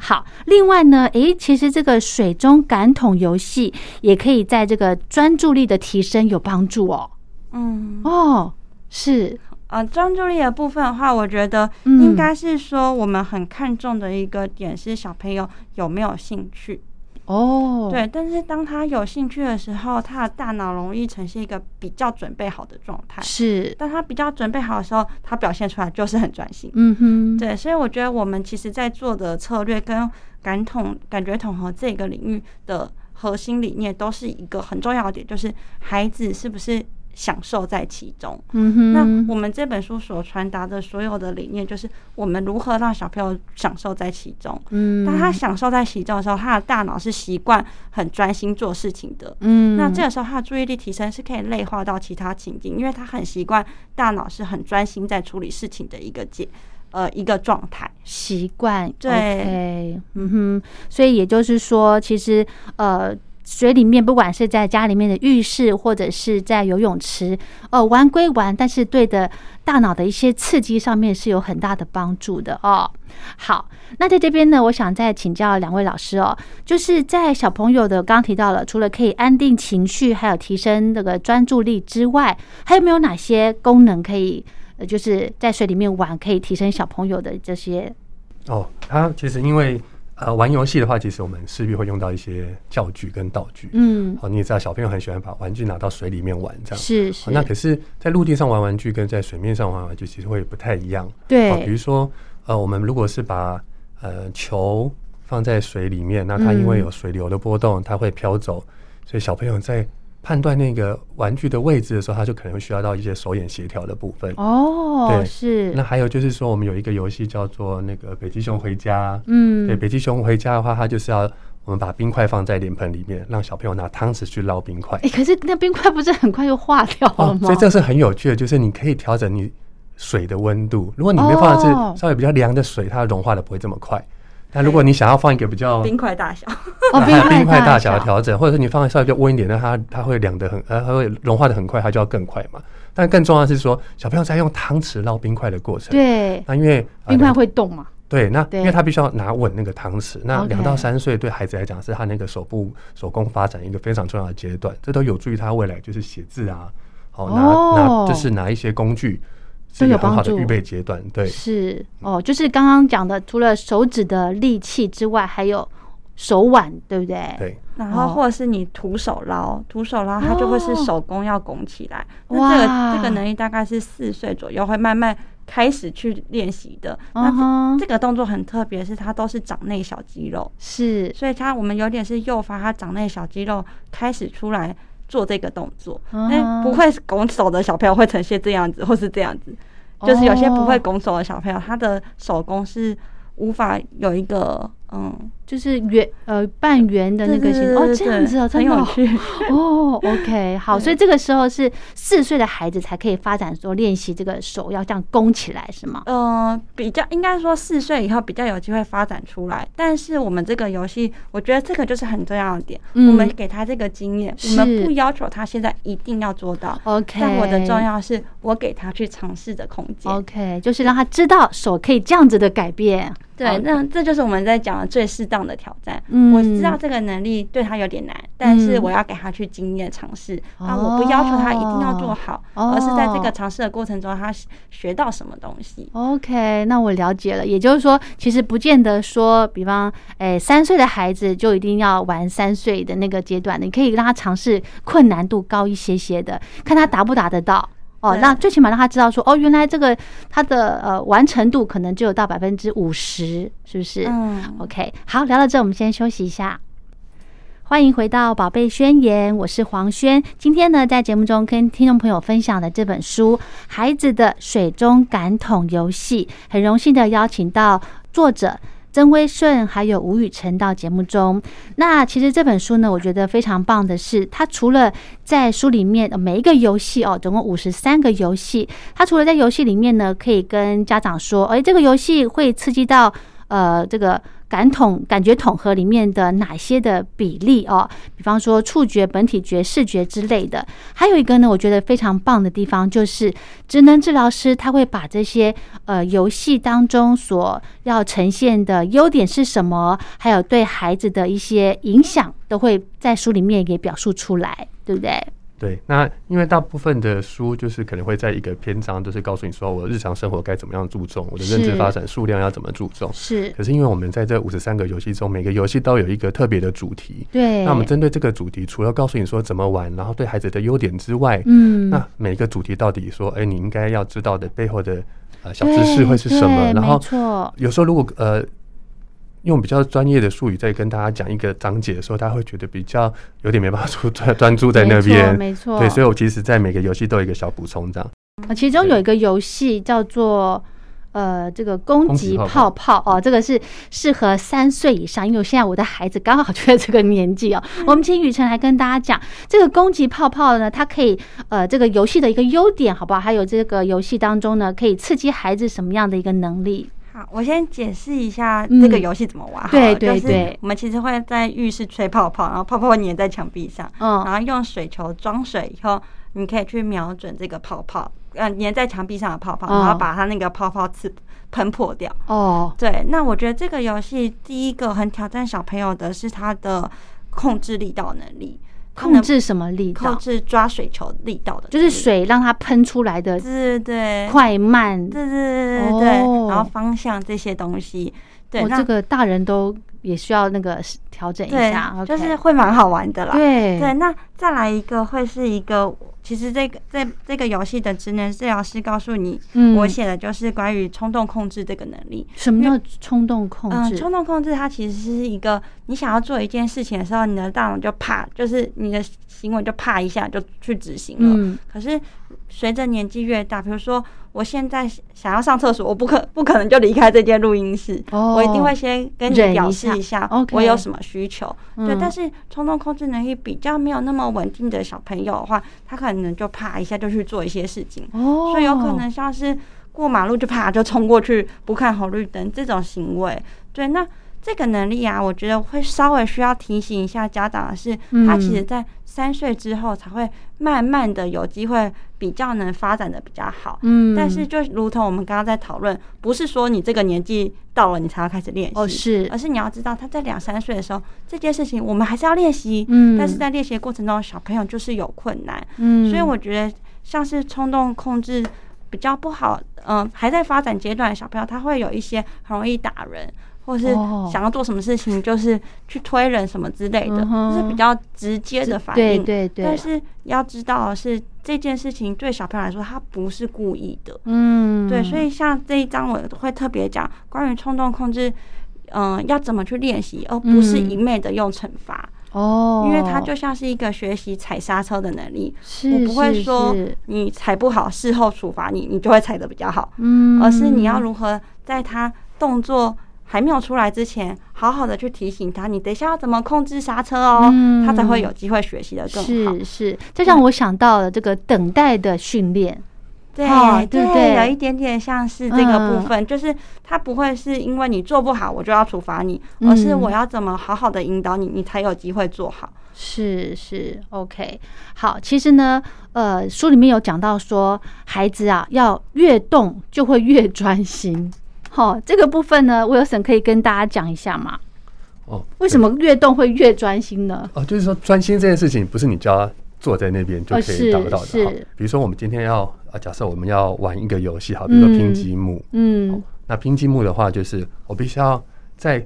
好，另外呢，诶，其实这个水中感统游戏也可以在这个专注力的提升有帮助哦。嗯，哦，是，呃，专注力的部分的话，我觉得嗯应该是说我们很看重的一个点是小朋友有没有兴趣。哦，，对，但是当他有兴趣的时候，他的大脑容易呈现一个比较准备好的状态。是，当他比较准备好的时候，他表现出来就是很专心。嗯哼，对，所以我觉得我们其实在做的策略跟感统、感觉统合这个领域的核心理念，都是一个很重要的点，就是孩子是不是享受在其中。嗯哼，那我们这本书所传达的所有的理念，就是我们如何让小朋友享受在其中。嗯，当他享受在其中的时候，他的大脑是习惯很专心做事情的。嗯，那这个时候，他的注意力提升是可以内化到其他情境，因为他很习惯大脑是很专心在处理事情的一个解呃一个状态。习惯。对 OK，嗯哼，所以也就是说，其实呃。水里面，不管是在家里面的浴室，或者是在游泳池，呃，玩归玩，但是对的大脑的一些刺激上面是有很大的帮助的哦。好，那在这边呢，我想再请教两位老师哦，就是在小朋友的刚提到了，除了可以安定情绪，还有提升那个专注力之外，还有没有哪些功能可以，呃，就是在水里面玩可以提升小朋友的这些哦，它其实因为呃玩游戏的话，其实我们势必会用到一些教具跟道具。嗯，哦，你也知道小朋友很喜欢把玩具拿到水里面玩，这样。是是，哦那可是，在陆地上玩玩具跟在水面上玩玩具其实会不太一样。哦，比对如，说，呃，我们如果是把呃球放在水里面，那它因为嗯有水流的波动，它会飘走，所以小朋友在判断那个玩具的位置的时候，他就可能会需要到一些手眼协调的部分。哦，对那是，还有就是说，我们有一个游戏叫做那个北极熊回家。嗯，对，北极熊回家的话，它就是要我们把冰块放在脸盆里面，让小朋友拿汤匙去捞冰块。哎，可是那冰块不是很快就化掉了哦吗？，所以这是很有趣的，就是你可以调整你水的温度。如果你面哦放的是稍微比较凉的水，它融化的不会这么快。那如果你想要放一个比较冰块大小，哦，啊冰它冰块大小小的调整，或者是你放的稍微比较温一点，那它它会凉的很，呃，它会融化的很快，它就要更快嘛。但更重要的是说，小朋友在用汤匙捞冰块的过程，，对，那因为、呃冰块会动嘛，对，那对因为他必须要拿稳那个汤匙。那 OK 两到三岁对孩子来讲，是他那个手部手工发展一个非常重要的阶段，这都有助于他未来就是写字啊，好、拿、哦拿就是拿一些工具，都是一有个很好帮的助预备阶段。对，嗯是哦，就是刚刚讲的，除了手指的力气之外，还有手腕，对不对？对，然哦后或者是你徒手捞，徒手捞它就会是手工要拱起来。哇那这个这个能力大概是四岁左右会慢慢开始去练习的。嗯那哼这这个动作很特别，是它都是掌内小肌肉，是，所以它我们有点是诱发它掌内小肌肉开始出来做这个动作。嗯哎、不会拱手的小朋友会呈现这样子，或是这样子，哦就是有些不会拱手的小朋友，他的手工是无法有一个嗯就是圆呃半圆的那个形哦，这样子哦，很真的有哦趣。哦，OK，好，所以这个时候是四岁的孩子才可以发展说练习这个手要这样弓起来，是吗？呃，比较应该说四岁以后比较有机会发展出来，但是我们这个游戏，我觉得这个就是很重要的点。嗯我们给他这个经验，我是们不要求他现在一定要做到。 OK 但我的重要是我给他去尝试的空间。 OK，就是让他知道手可以这样子的改变。对，那这就是我们在讲的最适当的挑战。嗯我知道这个能力对他有点难，但是我要给他去经验尝试啊，我不要求他一定要做好，哦而是在这个尝试的过程中，他学到什么东西。 OK，那我了解了。也就是说，其实不见得说，比方，诶，三岁的孩子就一定要玩三岁的那个阶段，你可以让他尝试困难度高一些些的，看他达不达得到。哦，对那最起码让他知道说，哦，原来这个他的呃完成度可能只有到百分之五十，是不是？嗯 OK，好，聊到这，我们先休息一下。欢迎回到《宝贝宣言》，我是黄轩。今天呢，在节目中跟听众朋友分享的这本书《孩子的水中感统游戏》，很荣幸的邀请到作者。曾威顺还有吴雨辰到节目中。那其实这本书呢，我觉得非常棒的是，它除了在书里面呃每一个游戏哦，总共五十三个游戏，它除了在游戏里面呢，可以跟家长说，哎，这个游戏会刺激到呃这个。感统感觉统合里面的哪些的比例哦？比方说触觉、本体觉、视觉之类的。还有一个呢，我觉得非常棒的地方就是，职能治疗师他会把这些呃游戏当中所要呈现的优点是什么，还有对孩子的一些影响，都会在书里面给表述出来，对不对？对，那因为大部分的书就是可能会在一个篇章，就是告诉你说我日常生活该怎么样注重，我的认知是发展数量要怎么注重。是，可是因为我们在这五十三个游戏中，每个游戏都有一个特别的主题。对。那我们针对这个主题，除了告诉你说怎么玩，然后对孩子的优点之外，嗯，那每个主题到底说，哎、你应该要知道的背后的呃小知识会是什么？对对然后没错，有时候如果呃用比较专业的术语在跟大家讲一个章节的时候，他会觉得比较有点没办法专专专注在那边。没错，对，所以我其实，在每个游戏都有一个小补充，这样。啊，其中有一个游戏叫做。呃，这个攻攻击击泡泡泡哦，这个是适合三岁以上，因为我现在我的孩子刚好就在这个年纪哦。嗯我们请雨辰来跟大家讲这个攻击泡泡呢，它可以呃这个游戏的一个优点，好不好？还有这个游戏当中呢，可以刺激孩子什么样的一个能力？好，我先解释一下嗯这个游戏怎么玩好了。对对就是对我们其实会在浴室吹泡泡，然后泡泡会粘在墙壁上，然嗯，后用水球装水以后，你可以去瞄准这个泡泡，呃，粘在墙壁上的泡泡，嗯然后把它那个泡泡刺喷破掉。哦，对，那我觉得这个游戏第一个很挑战小朋友的是他的控制力道能力，他控能制什么力控道？制抓水球力道的能力，就是水让它喷出来的对，对对，快慢，对对对对对，哦然后方向这些东西，对，哦，那这个大人都也需要那个调整一下对， ，OK，就是会蛮好玩的啦。对对，那再来一个会是一个，其实这个这这个游戏的职能治疗师告诉你，嗯我写的就是关于冲动控制这个能力。什么叫冲动控嗯，制？冲动控制它其实是一个，你想要做一件事情的时候，你的大脑就啪，就是你的行为就啪一下就去执行了。嗯可是随着年纪越大，比如说我现在想要上厕所，我不可不可能就离开这间录音室，哦我一定会先跟你忍一表示下一下 OK 我有什么需求。对嗯，但是冲动控制能力比较没有那么稳定的小朋友的话，他可能就啪一下就去做一些事情，哦，所以有可能像是过马路就啪就冲过去不看红绿灯这种行为。对，那这个能力啊，我觉得会稍微需要提醒一下家长的是，嗯他其实在三岁之后才会慢慢的有机会比较能发展的比较好。嗯，但是就如同我们刚刚在讨论，不是说你这个年纪到了你才要开始练习，哦是而是你要知道他在两三岁的时候这件事情我们还是要练习，嗯但是在练习的过程中小朋友就是有困难，嗯，所以我觉得像是冲动控制比较不好，嗯、还在发展阶段的小朋友，他会有一些很容易打人，或是哦想要做什么事情就是去推人什么之类的，嗯哼就是比较直接的反对应。对对，但是要知道的是这件事情对小朋友来说，他不是故意的。嗯，对，所以像这一章我会特别讲关于冲动控制，嗯、要怎么去练习，而不是嗯一昧的用惩罚，哦，因为它就像是一个学习踩刹车的能力。是我不会说是是你踩不好，事后处罚你，你就会踩的比较好，嗯，而是你要如何在他动作还没有出来之前，好好的去提醒他，你等一下要怎么控制刹车哦，嗯他才会有机会学习的更好。是是，这让我想到了这个等待的训练，对、哦对对嗯不对有一点点像是这个部分，就是他不会是因为你做不好我就要处罚你，嗯而是我要怎么好好的引导你，你才有机会做好。是是，OK，好，其实呢，呃，书里面有讲到说，孩子啊，要越动就会越专心。 好、这个部分呢，Wilson 可以跟大家讲一下嘛？哦，为什么越动会越专心呢？哦，就是说专心这件事情，不是你叫他坐在那边就哦可以达是到的。是好比如说我们今天要啊，假设我们要玩一个游戏，好，比如说拼积木，嗯，哦那拼积木的话，就是我必须要在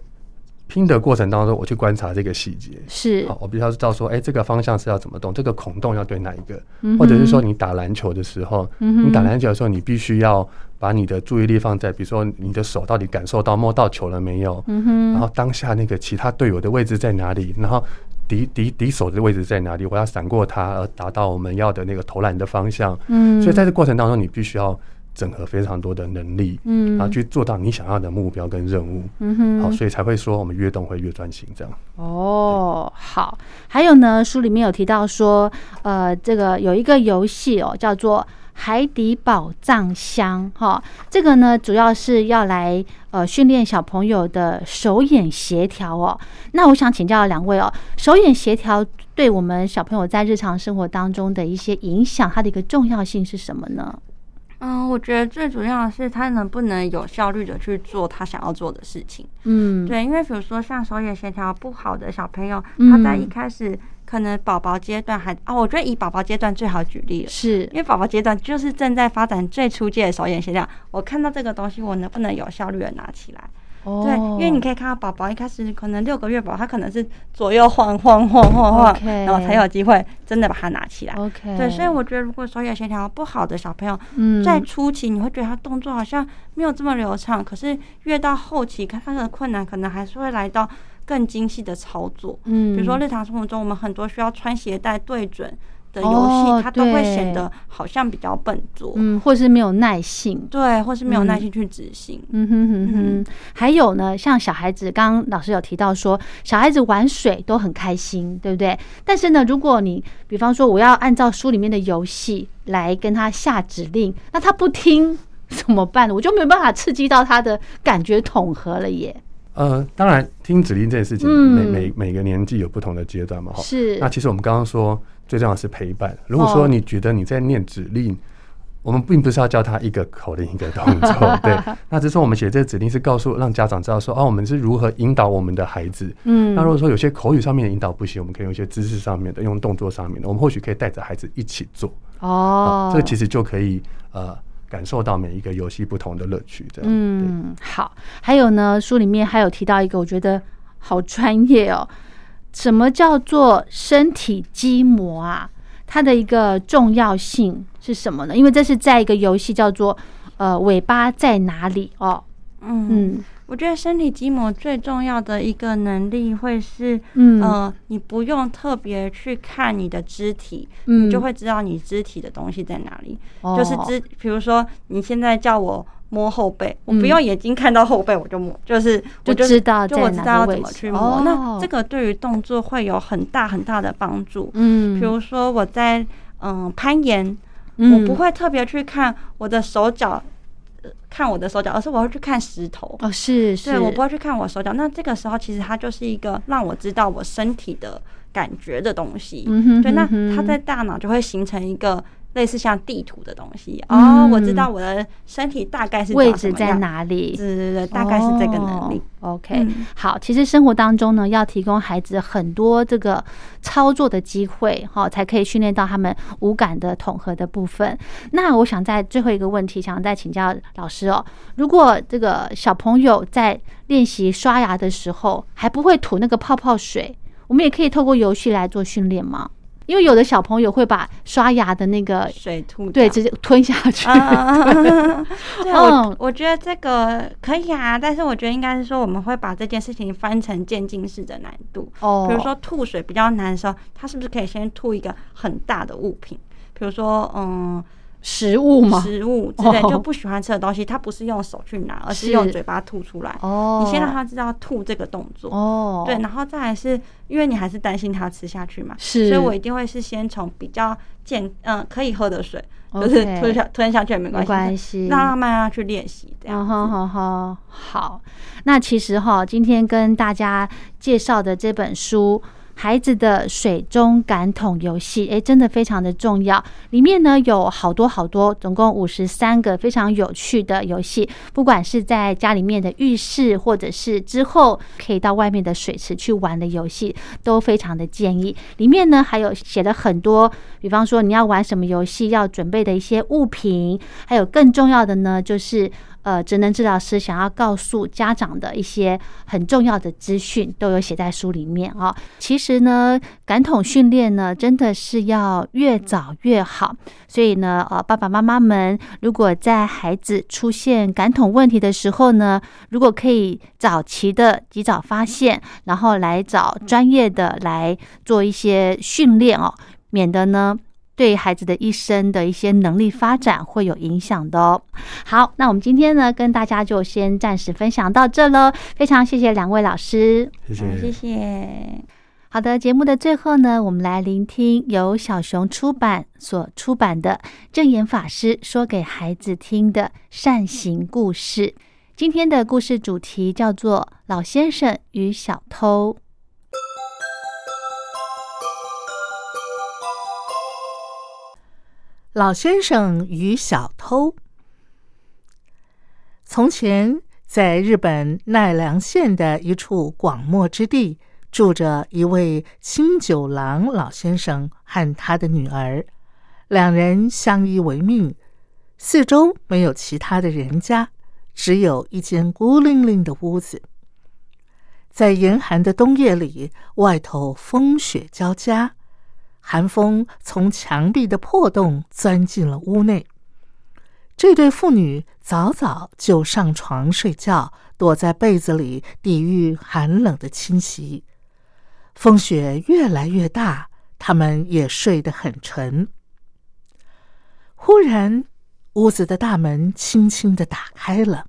拼的过程当中，我去观察这个细节。是好，我必须要知道说，哎、这个方向是要怎么动，这个孔洞要对哪一个，嗯哼或者是说你打篮球的时候，嗯哼你打篮球的时候，你必须要把你的注意力放在，比如说你的手到底感受到摸到球了没有，嗯哼，然后当下那个其他队友的位置在哪里，然后敌敌敌手的位置在哪里，我要闪过他，而达到我们要的那个投篮的方向。嗯，所以在这过程当中，你必须要整合非常多的能力，嗯然后去做到你想要的目标跟任务。嗯哼，好，所以才会说我们越动会越专心这样。哦，好，还有呢，书里面有提到说，呃，这个有一个游戏哦，叫做海底宝藏箱哈、这个呢主要是要来呃训练小朋友的手眼协调哦。那我想请教两位哦，手眼协调对我们小朋友在日常生活当中的一些影响，它的一个重要性是什么呢？嗯，我觉得最主要的是他能不能有效率的去做他想要做的事情。嗯，对，因为比如说像手眼协调不好的小朋友，嗯他在一开始可能宝宝阶段还啊，我觉得以宝宝阶段最好举例了。是因，为宝宝阶段就是正在发展最初阶的手眼协调，我看到这个东西，我能不能有效率的拿起来？哦对，因为你可以看到宝宝一开始可能六个月宝宝，他可能是左右晃晃晃晃晃 OK 然后才有机会真的把它拿起来。 OK，对，所以我觉得如果手眼协调不好的小朋友，嗯在初期你会觉得他动作好像没有这么流畅，可是越到后期，看他的困难可能还是会来到更精细的操作。嗯，比如说日常生活中，我们很多需要穿鞋带对准的游戏，哦它都会对显得好像比较笨拙，嗯，或是没有耐性，对，或是没有耐嗯心去执行。嗯哼哼哼，还有呢，像小孩子，刚刚老师有提到说，小孩子玩水都很开心，对不对？但是呢，如果你比方说我要按照书里面的游戏来跟他下指令，那他不听怎么办呢？我就没有办法刺激到他的感觉统合了耶。呃，当然听指令这件事情，嗯每每每个年纪有不同的阶段嘛，哈。是哦那，其实我们刚刚说最重要的是陪伴。如果说哦你觉得你在念指令，我们并不是要教他一个口令一个动 作，对。那只是我们写这指令是告诉让家长知道说，哦、我们是如何引导我们的孩子。嗯那如果说有些口语上面的引导不行，我们可以用一些知识上面的，用动作上面的，我们或许可以带着孩子一起做。啊哦，这个其实就可以呃感受到每一个游戏不同的乐趣。这样，对。嗯，好。还有呢，书里面还有提到一个，我觉得好专业哦。什么叫做身体肌膜啊？它的一个重要性是什么呢？因为这是在一个游戏叫做呃尾巴在哪里哦。嗯，嗯我觉得身体筋膜最重要的一个能力会是，嗯呃，你不用特别去看你的肢体，嗯你就会知道你肢体的东西在哪里。哦就是肢，比如说你现在叫我摸后背，我不嗯用眼睛看到后背我就摸，就是我就知道就在我知哪道个位要怎么置去摸。哦那这个对于动作会有很大很大的帮助。嗯，比如说我在嗯、攀岩，嗯我不会特别去看我的手脚。呃看我的手脚，而是我会去看石头。哦，是是，对我不会去看我手脚。那这个时候，其实它就是一个让我知道我身体的感觉的东西。嗯哼对，那嗯哼它在大脑就会形成一个类似像地图的东西。嗯哦，我知道我的身体大概是位长什置么在样？哪里？对对对，大概是这个能力。哦 OK，、嗯好，其实生活当中呢，要提供孩子很多这个操作的机会，哈、才可以训练到他们五感的统合的部分。那我想在最后一个问题，想再请教老师哦，如果这个小朋友在练习刷牙的时候还不会吐那个泡泡水，我们也可以透过游戏来做训练吗？因为有的小朋友会把刷牙的那个水兔呃对脚直接吞下去，啊， 对，嗯我我觉得这个可以啊，但是我觉得应该是说我们会把这件事情翻成渐进式的难度。哦比如说吐水比较难的时候，他是不是可以先吐一个很大的物品？比如说，嗯，食物吗？食物之类哦就不喜欢吃的东西，他不是用手去拿，而是是用嘴巴吐出来。哦你先让他知道吐这个动作。哦，对，然后再来是因为你还是担心他吃下去嘛，是所以我一定会是先从比较健嗯、可以喝的水 OK 就是吞下吞下去也没关没系，关系让他慢慢去练习这样嗯子。哼哼哼，好。那其实哈，今天跟大家介绍的这本书《孩子的水中感统游戏》，诶，真的非常的重要。里面呢有好多好多，总共五十三个非常有趣的游戏，不管是在家里面的浴室，或者是之后可以到外面的水池去玩的游戏，都非常的建议。里面呢还有写了很多，比方说你要玩什么游戏，要准备的一些物品，还有更重要的呢，就是呃，职能治疗师想要告诉家长的一些很重要的资讯，都有写在书里面啊、其实呢，感统训练呢，真的是要越早越好。所以呢，呃，爸爸妈妈们如果在孩子出现感统问题的时候呢，如果可以早期的及早发现，然后来找专业的来做一些训练哦，免得呢对孩子的一生的一些能力发展会有影响的哦。好，那我们今天呢，跟大家就先暂时分享到这喽。非常谢谢两位老师。谢谢。谢谢。好的，节目的最后呢，我们来聆听由小熊出版所出版的《正言法师说给孩子听的善行故事》。今天的故事主题叫做《老先生与小偷》。老先生与小偷。从前，在日本奈良县的一处广漠之地，住着一位清九郎老先生和他的女儿，两人相依为命。四周没有其他的人家，只有一间孤零零的屋子。在严寒的冬夜里，外头风雪交加。寒风从墙壁的破洞钻进了屋内。这对父女早早就上床睡觉，躲在被子里抵御寒冷的侵袭。风雪越来越大，他们也睡得很沉。忽然，屋子的大门轻轻的打开了，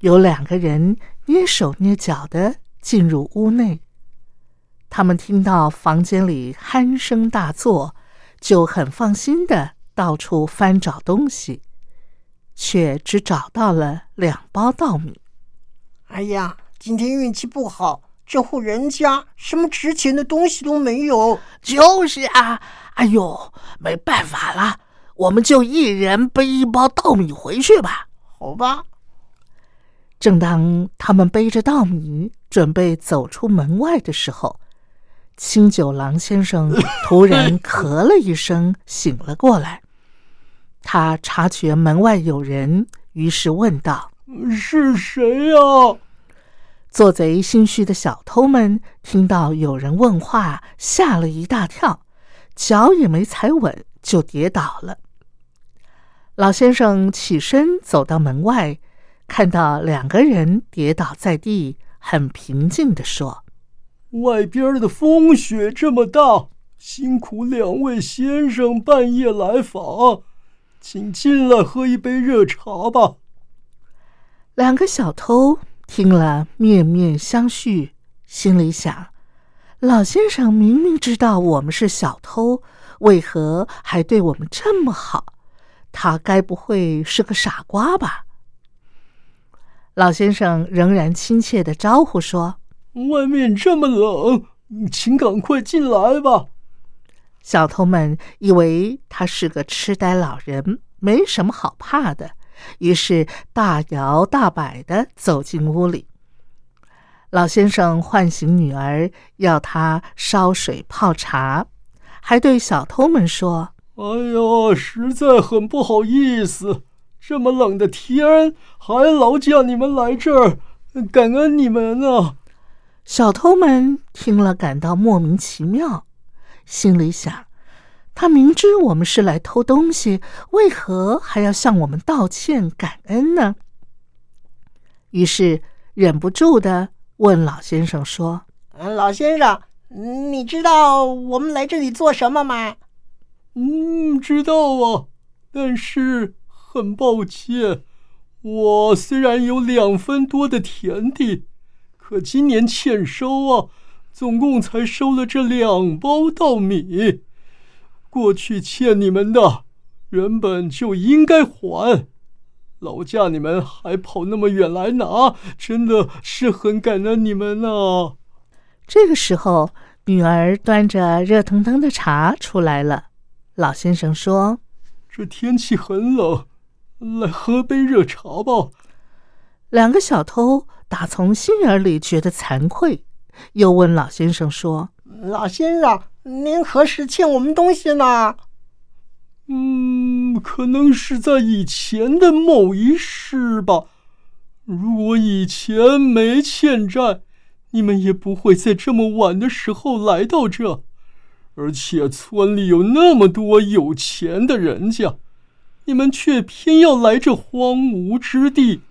有两个人蹑手蹑脚的进入屋内。他们听到房间里鼾声大作，就很放心的到处翻找东西，却只找到了两包稻米。哎呀，今天运气不好，这户人家什么值钱的东西都没有。就是啊，哎呦，没办法啦，我们就一人背一包稻米回去吧。好吧，正当他们背着稻米准备走出门外的时候，清九郎先生突然咳了一声，醒了过来。他察觉门外有人，于是问道是谁啊呀、：“做贼心虚的小偷们听到有人问话，吓了一大跳，脚也没踩稳就跌倒了。”老先生起身走到门外，看到两个人跌倒在地，很平静地说外边的风雪这么大，辛苦两位先生半夜来访，请进来喝一杯热茶吧。：“两个小偷听了面面相觑，心里想：老先生明明知道我们是小偷，为何还对我们这么好？他该不会是个傻瓜吧？”老先生仍然亲切的招呼说外面这么冷，请赶快进来吧。：“小偷们以为他是个痴呆老人，没什么好怕的，于是大摇大摆的走进屋里。老先生唤醒女儿，要她烧水泡茶，还对小偷们说哎呦，实在很不好意思，这么冷的天还劳驾你们来这儿，感恩你们啊！：“小偷们听了感到莫名其妙，心里想，他明知我们是来偷东西，为何还要向我们道歉感恩呢？”于是忍不住的问老先生说嗯呃老先生，你知道我们来这里做什么吗？嗯，知道啊，但是很抱歉，我虽然有两分多的田地，可今年欠收啊，总共才收了这两包稻米。过去欠你们的，原本就应该还。劳驾你们还跑那么远来拿，真的是很感恩你们啊！这个时候，女儿端着热腾腾的茶出来了。老先生说这天气很冷，来喝杯热茶吧。：“两个小偷打从心眼里觉得惭愧。”又问老先生说老先生，您何时欠我们东西呢？嗯，可能是在以前的某一世吧。如果以前没欠债，你们也不会在这么晚的时候来到这。而且村里有那么多有钱的人家，你们却偏要来这荒芜之地，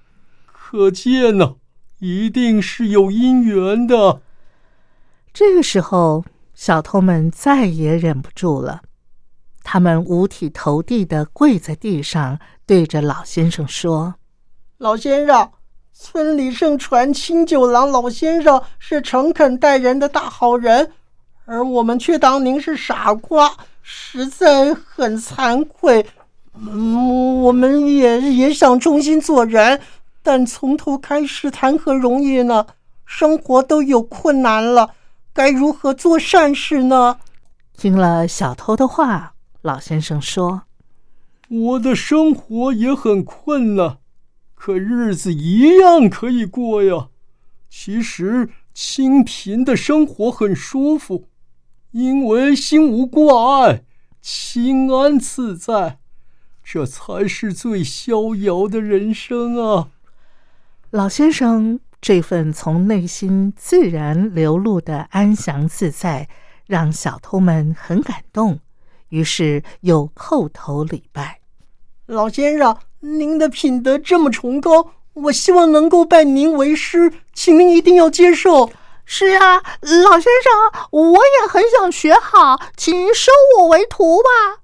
可见呢、一定是有因缘的。：“这个时候，小偷们再也忍不住了。”他们五体投地的跪在地上，对着老先生说老先生，村里盛传清九郎老先生是诚恳待人的大好人，而我们却当您是傻瓜，实在很惭愧。嗯，我们也也想重新做人，但从头开始谈何容易呢？生活都有困难了，该如何做善事呢？：“听了小偷的话。”老先生说我的生活也很困难，可日子一样可以过呀。其实清贫的生活很舒服，因为心无挂碍，清安自在，这才是最逍遥的人生啊！：“老先生这份从内心自然流露的安详自在，让小偷们很感动，于是又叩头礼拜。老先生，您的品德这么崇高，我希望能够拜您为师，请您一定要接受。是啊，老先生，我也很想学好，请您收我为徒吧。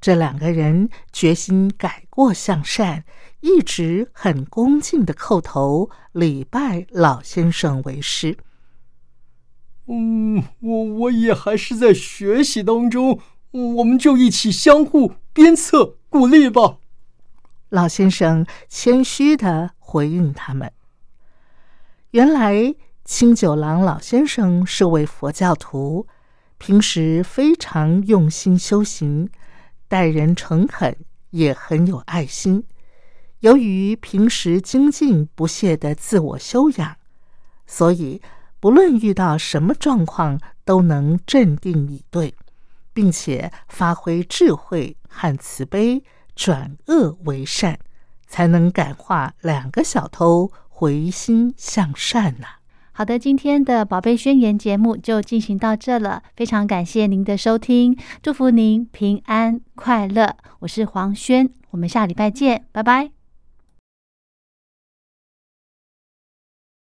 这两个人决心改过向善，一直很恭敬的叩头礼拜老先生为师。嗯，我我也还是在学习当中，我们就一起相互鞭策鼓励吧。老先生谦虚的回应他们。原来清九郎老先生是位佛教徒，平时非常用心修行，待人诚恳，也很有爱心。由于平时精进不懈的自我修养，所以不论遇到什么状况都能镇定以对，并且发挥智慧和慈悲，转恶为善，才能感化两个小偷回心向善呐、好的，今天的宝贝宣言节目就进行到这了，非常感谢您的收听，祝福您平安快乐。我是黄轩，我们下礼拜见，拜拜。